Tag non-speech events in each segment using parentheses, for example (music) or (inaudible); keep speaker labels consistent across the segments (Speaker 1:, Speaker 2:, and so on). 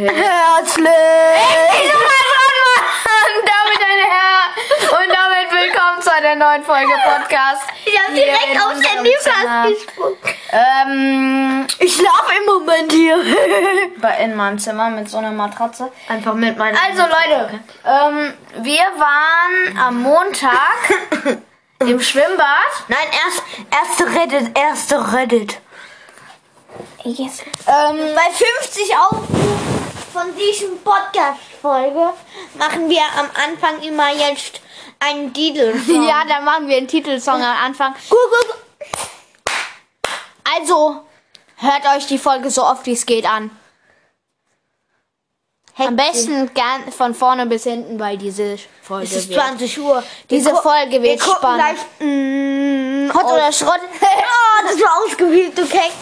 Speaker 1: Herzlich!
Speaker 2: Wieso mal dran machen? Damit ein Herr und damit willkommen zu einer neuen Folge Podcast.
Speaker 1: Ich hab
Speaker 2: hier
Speaker 1: direkt
Speaker 2: in
Speaker 1: aufs
Speaker 2: unserem
Speaker 1: Handy
Speaker 2: Zimmer.
Speaker 1: festgesprungen.
Speaker 2: Ähm,
Speaker 1: Ich schlaf im Moment hier. (laughs)
Speaker 2: bei- in meinem Zimmer mit so einer Matratze.
Speaker 1: Einfach mit meiner.
Speaker 2: Also Leute, ähm, wir waren am
Speaker 1: (laughs)
Speaker 2: Montag im Schwimmbad.
Speaker 1: Nein, erst, erste Reddit, erste Reddit.
Speaker 2: Yes.
Speaker 1: Ähm, bei 50 Aufrufen von diesem Podcast-Folge machen wir am Anfang immer jetzt einen Titel. (laughs)
Speaker 2: Ja, dann machen wir einen Titelsong am Anfang. Also, hört euch die Folge so oft wie es geht an. Am besten gern von vorne bis hinten, weil diese Folge
Speaker 1: Es ist
Speaker 2: wird.
Speaker 1: 20 Uhr.
Speaker 2: Diese
Speaker 1: gu-
Speaker 2: Folge wird
Speaker 1: wir gucken
Speaker 2: spannend.
Speaker 1: Gleich, mm,
Speaker 2: Hot
Speaker 1: auf- (laughs)
Speaker 2: oder Schrott? (laughs)
Speaker 1: Oh, das war ausgewählt, okay.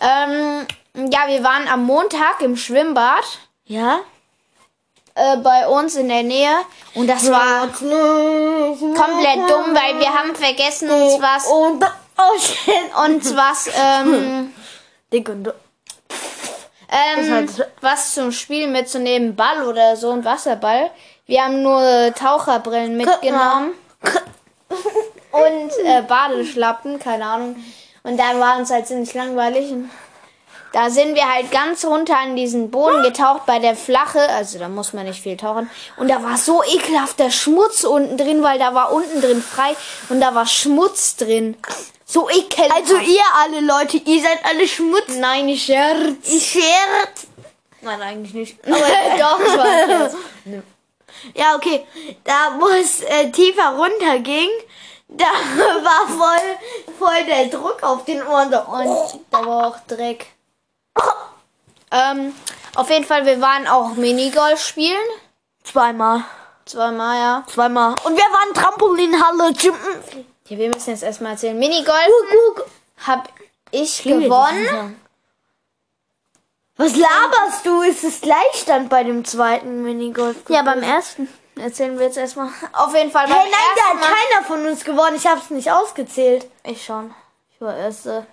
Speaker 2: ähm, ja, wir waren am Montag im Schwimmbad
Speaker 1: Ja?
Speaker 2: äh, bei uns in der Nähe und das war komplett dumm, weil wir haben vergessen uns was
Speaker 1: Und oh shit.
Speaker 2: uns was ähm,
Speaker 1: Dick und
Speaker 2: ähm,
Speaker 1: Das heißt-
Speaker 2: was zum Spiel mitzunehmen, Ball oder so ein Wasserball. Wir haben nur äh, Taucherbrillen
Speaker 1: mal.
Speaker 2: mitgenommen und äh, Badeschlappen, keine Ahnung. Und dann war uns halt ziemlich langweilig. Und da sind wir halt ganz runter an diesen Boden getaucht bei der Flache, also da muss man nicht viel tauchen. Und da war so ekelhafter Schmutz unten drin, weil da war unten drin frei und da war Schmutz drin. So ekelhaft.
Speaker 1: Also ihr alle Leute, ihr seid alle Schmutz.
Speaker 2: Nein, ich scherz.
Speaker 1: Ich scherz. Nein, eigentlich nicht.
Speaker 2: Aber doch, ich war jetzt.
Speaker 1: Ja, okay. Da, wo es äh, tiefer runter ging, (laughs) da war voll, voll der Druck auf den Ohren. So. Und
Speaker 2: Da war auch Dreck. Ähm, auf jeden Fall, wir waren auch Minigolf spielen.
Speaker 1: zweimal.
Speaker 2: Zweimal, ja.
Speaker 1: Zweimal. Und wir waren Trampolinhalle. Chimpen.
Speaker 2: Ja, wir müssen jetzt erstmal erzählen. Minigolf hab ich gewonnen.
Speaker 1: Was laberst du? Ist es Gleichstand bei dem zweiten Minigolf?
Speaker 2: Ja, beim ersten. Erzählen wir jetzt erstmal. Auf jeden Fall beim
Speaker 1: Hey, nein, da
Speaker 2: ersten
Speaker 1: hat
Speaker 2: Mal.
Speaker 1: keiner von uns gewonnen. Ich hab's nicht ausgezählt.
Speaker 2: Ich schon. Ich war erste.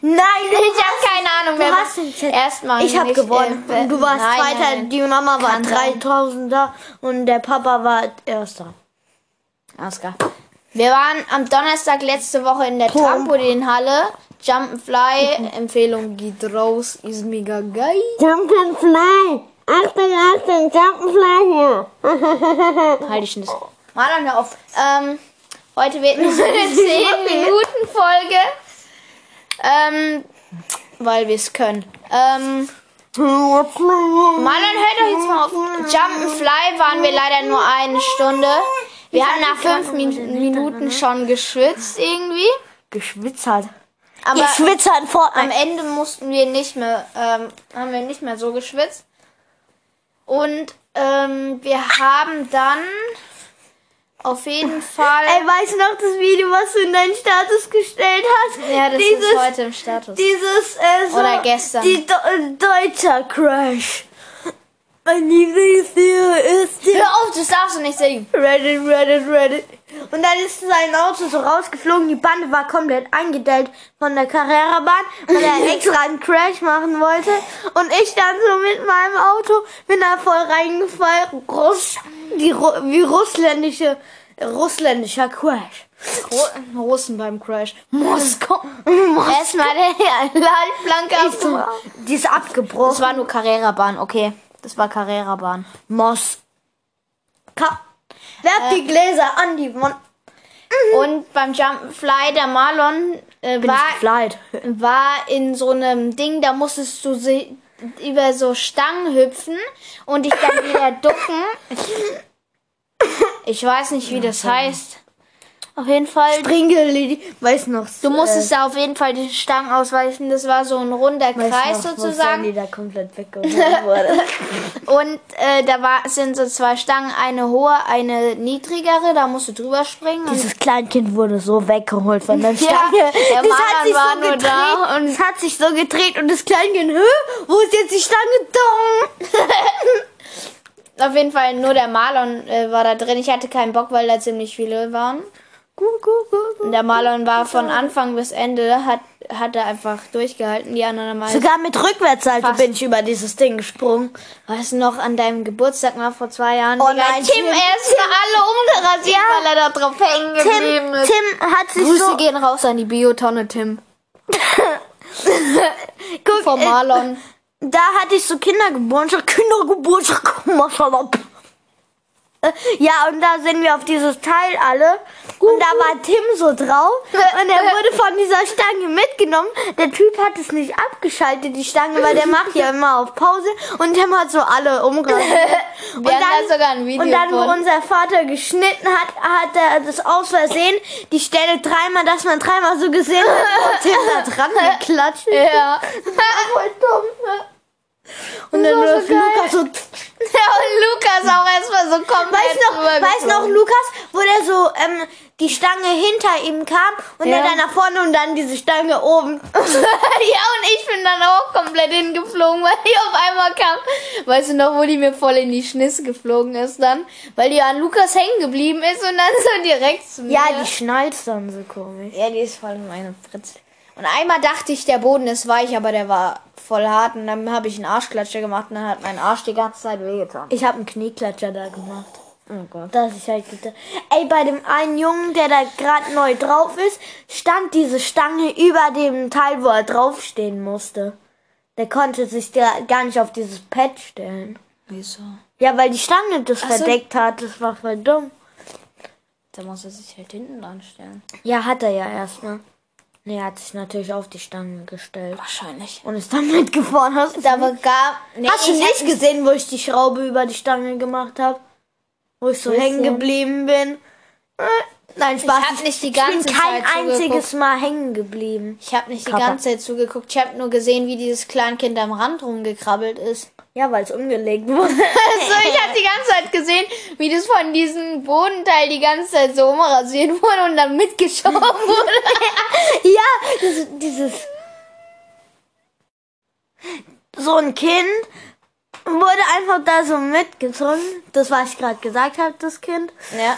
Speaker 1: Nein,
Speaker 2: Ich hab keine Ahnung.
Speaker 1: Du
Speaker 2: wer-
Speaker 1: hast den Zettel.
Speaker 2: erstmal
Speaker 1: Ich habe
Speaker 2: nicht,
Speaker 1: gewonnen.
Speaker 2: äh,
Speaker 1: Und du warst
Speaker 2: nein,
Speaker 1: Zweiter,
Speaker 2: nein, nein.
Speaker 1: die Mama war
Speaker 2: Kann sein.
Speaker 1: 3000er und der Papa war Erster.
Speaker 2: Oscar. Wir waren am Donnerstag letzte Woche in der
Speaker 1: Pum.
Speaker 2: Trampolinhalle. Jump'n'Fly, Empfehlung geht raus, ist mega geil.
Speaker 1: Jump'n'Fly! Achtung, Achtung, Jump'n'Fly hier!
Speaker 2: Halte ich nicht. Mal hör auf. Ähm, heute wird
Speaker 1: (laughs)
Speaker 2: nur so eine 10-Minuten-Folge. Ähm, weil wir es können. Ähm, Marlon, hört doch jetzt mal auf. Jump'n'Fly waren wir leider nur eine Stunde. Wir haben nach fünf Min Minuten
Speaker 1: ne?
Speaker 2: schon geschwitzt irgendwie.
Speaker 1: Geschwitzert.
Speaker 2: Aber
Speaker 1: Ihr schwitzert
Speaker 2: Am
Speaker 1: Fortnite.
Speaker 2: Ende mussten wir nicht mehr, ähm, haben wir nicht mehr so geschwitzt. Und ähm, wir haben dann auf jeden Fall.
Speaker 1: Ey, weißt du noch das Video, was du in deinen Status gestellt hast?
Speaker 2: ja, das
Speaker 1: dieses,
Speaker 2: ist heute im Status.
Speaker 1: Dieses, äh, so,
Speaker 2: Oder gestern.
Speaker 1: Die Do deutscher Crash. Mein Lieblingsvideo ist der
Speaker 2: Hör auf, das darfst du nicht singen.
Speaker 1: Reddit, Reddit, Reddit. Und dann ist sein Auto so rausgeflogen, die Bande war komplett eingedellt von der Carrera-Bahn, weil (laughs) er extra einen Crash machen wollte. Und ich dann so mit meinem Auto bin da voll reingefallen. Russ, die, Ru- wie russländische, russländischer Crash.
Speaker 2: Ro Russen beim (laughs) Crash. Moskau.
Speaker 1: (laughs)
Speaker 2: Erstmal der Leitplanke ab.
Speaker 1: Die ist
Speaker 2: Das
Speaker 1: abgebrochen.
Speaker 2: war nur Carrera-Bahn, okay. Das war Carrera-Bahn.
Speaker 1: Moskau. Werft die Gläser an die Mon
Speaker 2: Und beim Jump'n'Fly, der Marlon äh,
Speaker 1: Bin ich
Speaker 2: war
Speaker 1: gefleit. (laughs)
Speaker 2: war in so einem Ding, da musstest du sie über so Stangen hüpfen und dich dann wieder (laughs) ducken. Ich weiß nicht, wie das heißt. Auf jeden Fall,
Speaker 1: Pringel, weiß noch.
Speaker 2: du musstest da auf jeden Fall den Stangen ausweichen. Das war so ein runder
Speaker 1: äh,
Speaker 2: Kreis sozusagen.
Speaker 1: Die da komplett weggeholt wurde.
Speaker 2: (laughs) Und äh, da war, sind so zwei Stangen, eine hohe, eine niedrigere. Da musst du drüber springen. Und
Speaker 1: Dieses Kleinkind wurde so weggeholt von der Stange.
Speaker 2: der
Speaker 1: das
Speaker 2: Maran
Speaker 1: hat sich
Speaker 2: war
Speaker 1: so
Speaker 2: nur
Speaker 1: gedreht.
Speaker 2: da
Speaker 1: und es hat sich so gedreht und das Kleinkind, hä? Wo ist jetzt die Stange? Dong!
Speaker 2: auf jeden Fall nur der Marlon äh, war da drin. Ich hatte keinen Bock, weil da ziemlich viele waren. Und der Marlon war von Anfang bis Ende, hat, hat er einfach durchgehalten. Die anderen mal.
Speaker 1: Sogar mit Rückwärtsseite
Speaker 2: Fast.
Speaker 1: bin ich über dieses Ding gesprungen.
Speaker 2: Weißt du noch, an deinem Geburtstag mal vor zwei Jahren?
Speaker 1: Oh
Speaker 2: Digga,
Speaker 1: nein,
Speaker 2: Tim,
Speaker 1: Tim.
Speaker 2: er ist für alle umgerasiert, weil er da drauf hängen geblieben
Speaker 1: Tim,
Speaker 2: ist.
Speaker 1: Tim hat sich
Speaker 2: Grüße
Speaker 1: so...
Speaker 2: gehen raus an die Biotonne, Tim.
Speaker 1: Guck,
Speaker 2: Vom
Speaker 1: äh,
Speaker 2: Marlon.
Speaker 1: Da hatte ich so Kindergeburtstag, Kindergeburtstag, (laughs) Maschalab. Ja, und da sind wir auf dieses Teil alle. Und da war Tim so drauf.
Speaker 2: (laughs)
Speaker 1: Und er wurde von dieser Stange mitgenommen. Der Typ hat es nicht abgeschaltet, die Stange, weil der macht ja immer auf Pause. Und Tim hat so alle umgerasiert. Und
Speaker 2: (laughs) Wir haben da sogar ein Video
Speaker 1: Und dann, wo
Speaker 2: von.
Speaker 1: unser Vater geschnitten hat, hat er das aus Versehen, die Stelle dreimal, dass man dreimal so gesehen hat. Und Tim da dran geklatscht.
Speaker 2: (laughs) Ja.
Speaker 1: Voll dumm. Und dann
Speaker 2: war
Speaker 1: läuft
Speaker 2: so geil. (laughs)
Speaker 1: Lukas so.
Speaker 2: Und Lukas auch erstmal so komplett
Speaker 1: Weiß noch, weiß noch
Speaker 2: rübergeflogen.
Speaker 1: Lukas, wo der so ähm, die Stange hinter ihm kam und
Speaker 2: Ja.
Speaker 1: er dann nach vorne und dann diese Stange oben.
Speaker 2: (laughs) ja, und ich bin dann auch komplett hingeflogen, (laughs) weil die auf einmal kam. Weißt du noch, wo die mir voll in die Schnisse geflogen ist dann? Weil die an Lukas hängen geblieben ist und dann (laughs) so direkt zu mir.
Speaker 1: (laughs) Ja, die schnallt dann so komisch.
Speaker 2: Ja, die ist voll meine Fritze. Und einmal dachte ich, der Boden ist weich, aber der war voll hart. Und dann habe ich einen Arschklatscher gemacht und dann hat mein Arsch die ganze Zeit wehgetan.
Speaker 1: Ich habe einen Knieklatscher da gemacht.
Speaker 2: Oh Gott.
Speaker 1: Das ist halt bitte. Ey, bei dem einen Jungen, der da gerade neu drauf ist, stand diese Stange über dem Teil, wo er draufstehen musste. Der konnte sich da gar nicht auf dieses Pad stellen.
Speaker 2: Wieso?
Speaker 1: Ja, weil die Stange das
Speaker 2: so.
Speaker 1: verdeckt hat. Das war voll dumm.
Speaker 2: Da muss er sich halt hinten dran stellen.
Speaker 1: Ja, hat er ja erstmal. Nee, er hat sich natürlich auf die Stange gestellt.
Speaker 2: Wahrscheinlich.
Speaker 1: Und ist dann (laughs) mitgefahren. Hast,
Speaker 2: Da war gar. Nee,
Speaker 1: hast du
Speaker 2: ich
Speaker 1: nicht gesehen, wo ich die Schraube über die Stange gemacht habe? Wo ich so hängen geblieben bin? Äh, Nein, Spaß.
Speaker 2: hab nicht die
Speaker 1: ich
Speaker 2: ganze
Speaker 1: bin kein
Speaker 2: Zeit zugeguckt.
Speaker 1: einziges Mal hängen geblieben.
Speaker 2: Ich habe nicht die
Speaker 1: Papa.
Speaker 2: ganze Zeit zugeguckt. Ich habe nur gesehen, wie dieses Kleinkind am Rand rumgekrabbelt ist. (laughs)
Speaker 1: Ja, weil es umgelegt (laughs) wurde.
Speaker 2: So, Also, ich habe die ganze Zeit gesehen, wie das von diesem Bodenteil die ganze Zeit so umrasiert wurde und dann mitgeschoben (laughs) wurde.
Speaker 1: ja, das, dieses. So ein Kind wurde einfach da so mitgezogen. Das, was ich gerade gesagt habe, das Kind.
Speaker 2: Ja.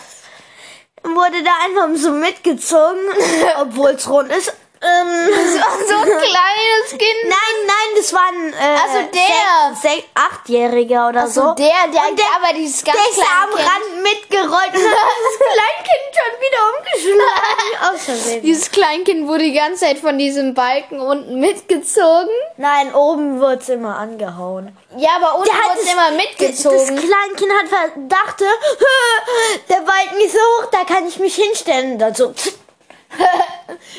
Speaker 1: wurde da einfach so mitgezogen, (laughs) obwohl es rund ist.
Speaker 2: (laughs)
Speaker 1: Ähm,
Speaker 2: Das war so ein kleines Kind.
Speaker 1: nein, nein, das war ein äh,
Speaker 2: Also der.
Speaker 1: sech, sech, achtjähriger oder
Speaker 2: So
Speaker 1: so.
Speaker 2: der, der,
Speaker 1: Und der-
Speaker 2: aber dieses ganz
Speaker 1: der ist da am
Speaker 2: kleine (laughs) Kind.
Speaker 1: Rand mitgerollt (laughs) und hat
Speaker 2: (laughs)
Speaker 1: das Kleinkind schon wieder umgeschlagen. Aus Versehen.
Speaker 2: Dieses Kleinkind wurde die ganze Zeit von diesem Balken unten mitgezogen.
Speaker 1: Nein, oben wird's immer angehauen.
Speaker 2: Ja, aber unten wurde es
Speaker 1: das-
Speaker 2: immer
Speaker 1: Das (laughs)
Speaker 2: mitgezogen.
Speaker 1: Kleinkind hat verdachte, (laughs) "Hö, der Balken ist so hoch, da kann ich mich hinstellen. Also, Dazu.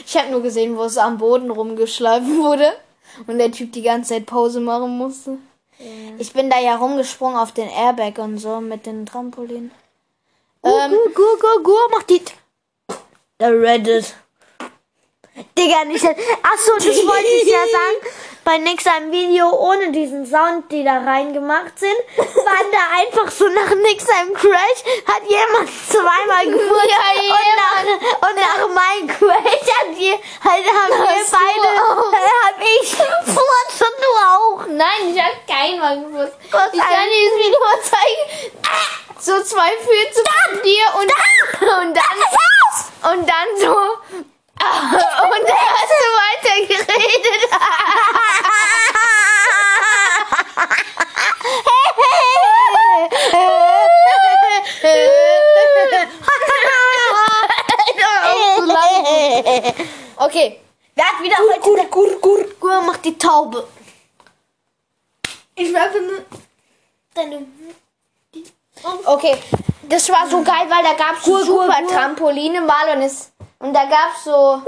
Speaker 2: Ich habe nur gesehen, wo es am Boden rumgeschleift (laughs) wurde und der Typ die ganze Zeit Pause machen musste. Ich bin da ja rumgesprungen auf den Airbag und so mit den Trampolin.
Speaker 1: Ähm,
Speaker 2: Ähm,
Speaker 1: gu, gu, gu, gu, mach die. T- Der Reddit. Digga, nicht. der- Ach so, das wollte ich ja sagen. Bei nix einem Video ohne diesen Sound, die da reingemacht sind, waren da einfach so nach nix einem Crash, hat jemand zweimal gewusst.
Speaker 2: Ja,
Speaker 1: und, nach, und nach meinem Crash hat je, halt, haben wir
Speaker 2: Hast du
Speaker 1: beide, (laughs)
Speaker 2: auch?
Speaker 1: hab ich Furz und du auch.
Speaker 2: nein, ich habe keinen Mal gewusst. Ich
Speaker 1: Was
Speaker 2: kann dir das Video mal zeigen. So zwei Füße von dir und, (laughs) und dann und dann so (laughs) und dann hast du weiter geredet. (laughs) so Okay.
Speaker 1: Wer hat wieder heute... Gur, gur, gur. Gur macht die Taube. Ich werfe ne- deine...
Speaker 2: Okay, das war so geil, weil da gab es so
Speaker 1: Cool, cool,
Speaker 2: super
Speaker 1: cool.
Speaker 2: Trampoline mal und es und da gab es so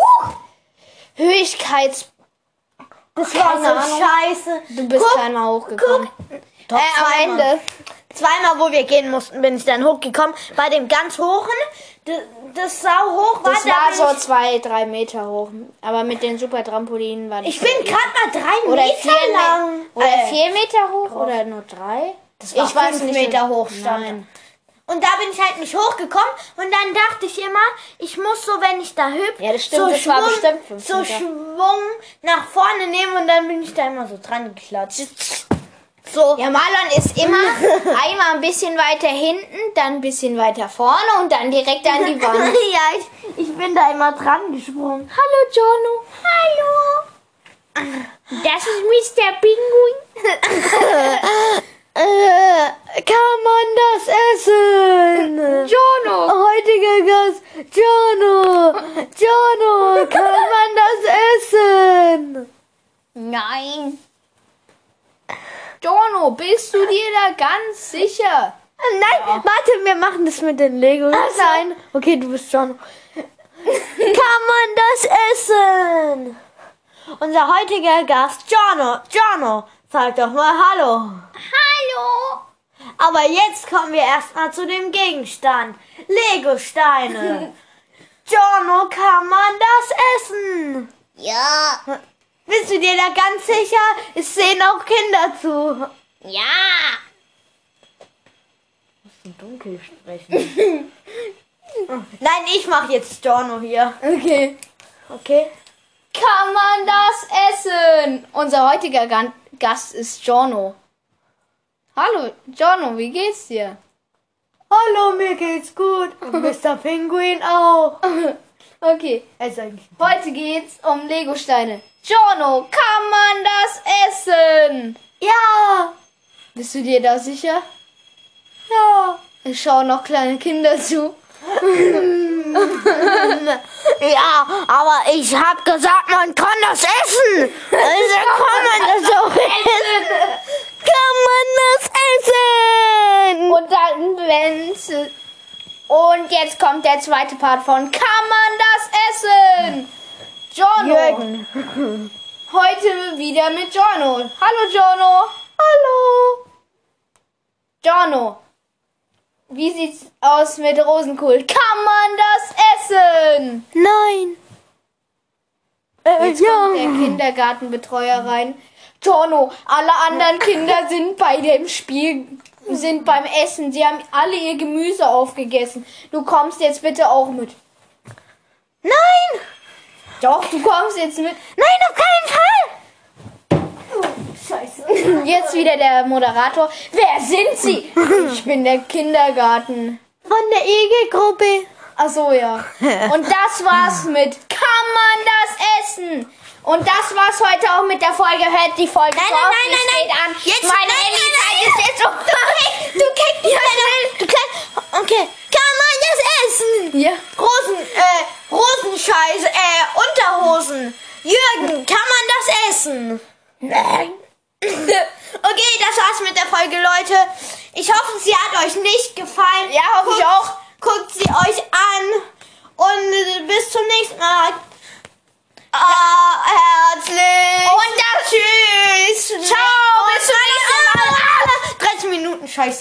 Speaker 2: Höhigkeits.
Speaker 1: Das war
Speaker 2: Keine
Speaker 1: so
Speaker 2: Ahnung.
Speaker 1: scheiße.
Speaker 2: Du bist
Speaker 1: Guck,
Speaker 2: einmal hochgekommen. Äh,
Speaker 1: Doch,
Speaker 2: am
Speaker 1: zweimal.
Speaker 2: Ende.
Speaker 1: Zweimal, wo wir gehen mussten, bin ich dann hochgekommen. Bei dem ganz hohen, das, das sau hoch war,
Speaker 2: Das
Speaker 1: da
Speaker 2: war
Speaker 1: bin
Speaker 2: so zwei, drei Meter hoch. Aber mit den super Trampolinen war das.
Speaker 1: ich, ich bin gerade mal drei
Speaker 2: oder
Speaker 1: Meter
Speaker 2: vier Me-
Speaker 1: lang.
Speaker 2: Oder
Speaker 1: Äh,
Speaker 2: vier Meter hoch oder nur drei? Das
Speaker 1: war fünf Meter hoch stand
Speaker 2: Nein.
Speaker 1: Und da bin ich halt nicht hochgekommen und dann dachte ich immer, ich muss so, wenn ich da hüpf,
Speaker 2: Ja, das stimmt,
Speaker 1: so,
Speaker 2: das war bestimmt fünf
Speaker 1: so
Speaker 2: Meter.
Speaker 1: Schwung nach vorne nehmen und dann bin ich da immer so dran geklatscht. So,
Speaker 2: Ja, Marlon ist immer einmal ein bisschen weiter hinten, dann ein bisschen weiter vorne und dann direkt an die Wand.
Speaker 1: (laughs) ja, ich, Ich bin da immer dran gesprungen.
Speaker 2: Hallo, Jono.
Speaker 1: Hallo.
Speaker 2: Das ist Mr. Pinguin. (laughs)
Speaker 1: Äh, kann man das (laughs) essen?
Speaker 2: Jono.
Speaker 1: Heutiger Gast, Jono. Jono, kann man das essen?
Speaker 2: Nein. Jono, bist du dir da ganz sicher?
Speaker 1: Nein, warte, wir machen das mit den Legos.
Speaker 2: so.
Speaker 1: Nein. Okay, du bist Jono. kann man das essen? Unser heutiger Gast, Jono. Jono, sag doch mal Hallo.
Speaker 2: Hallo.
Speaker 1: Aber jetzt kommen wir erstmal zu dem Gegenstand. Legosteine. Giorno, kann man das essen?
Speaker 2: Ja.
Speaker 1: Bist du dir da ganz sicher? Es sehen auch Kinder zu.
Speaker 2: Ja.
Speaker 1: Dunkel sprechen. (laughs) Nein, ich mach jetzt Giorno hier.
Speaker 2: Okay.
Speaker 1: Okay?
Speaker 2: Kann man das essen? Unser heutiger Gan Gast ist Jono. Hallo, Jono, wie geht's dir?
Speaker 1: Hallo, mir geht's gut. Und Mr. Penguin auch.
Speaker 2: Okay,
Speaker 1: Er ist eigentlich.
Speaker 2: heute geht's um Legosteine. Jono, kann man das essen?
Speaker 1: Ja!
Speaker 2: Bist du dir da sicher?
Speaker 1: Ja!
Speaker 2: Es schauen noch kleine Kinder zu.
Speaker 1: Ja, aber ich hab gesagt, man kann das essen. Also kann man das auch essen. Kann man das essen?
Speaker 2: Und dann, wenn's. Und jetzt kommt der zweite Part von Kann man das essen? Jono.
Speaker 1: Jürgen.
Speaker 2: Heute wieder mit Jono. Hallo Jono. Hallo. Jono. Wie sieht's aus mit Rosenkohl? Kann man das essen?
Speaker 1: Nein. Äh,
Speaker 2: Jetzt kommt der Kindergartenbetreuer rein. Torno, alle anderen Kinder sind bei dem Spiel, sind beim Essen. Sie haben alle ihr Gemüse aufgegessen. Du kommst jetzt bitte auch mit.
Speaker 1: Nein.
Speaker 2: Doch, du kommst jetzt mit.
Speaker 1: Nein, auf keinen Fall.
Speaker 2: Jetzt wieder der Moderator. Wer sind Sie? Ich bin der Kindergarten.
Speaker 1: Von der IG-Gruppe.
Speaker 2: Ach so, ja. Und das war's mit Kann man das essen? Und das war's heute auch mit der Folge. Hört die Folge
Speaker 1: Nein,
Speaker 2: so
Speaker 1: nein,
Speaker 2: auf,
Speaker 1: nein,
Speaker 2: sie
Speaker 1: nein,
Speaker 2: steht
Speaker 1: nein.
Speaker 2: an.
Speaker 1: Jetzt-
Speaker 2: Meine
Speaker 1: nein, nein,
Speaker 2: Ellie-Zeit ist
Speaker 1: nein.
Speaker 2: jetzt um vorbei.
Speaker 1: (laughs) Du kriegst die Kleine. Du Kleine. Okay. Kann man das essen?
Speaker 2: Ja.
Speaker 1: Rosen, äh, Rosenscheiß, äh, Unterhosen. Jürgen, kann man das essen? Nein. (laughs) Okay, das war's mit der Folge, Leute. Ich hoffe, sie hat euch nicht gefallen.
Speaker 2: Ja, hoffe ich auch.
Speaker 1: Guckt sie euch an. Und äh, bis zum nächsten Mal. Ah, herzlich.
Speaker 2: Und dann
Speaker 1: tschüss. Ciao, bis zum nächsten Mal. 30 Minuten, scheiße.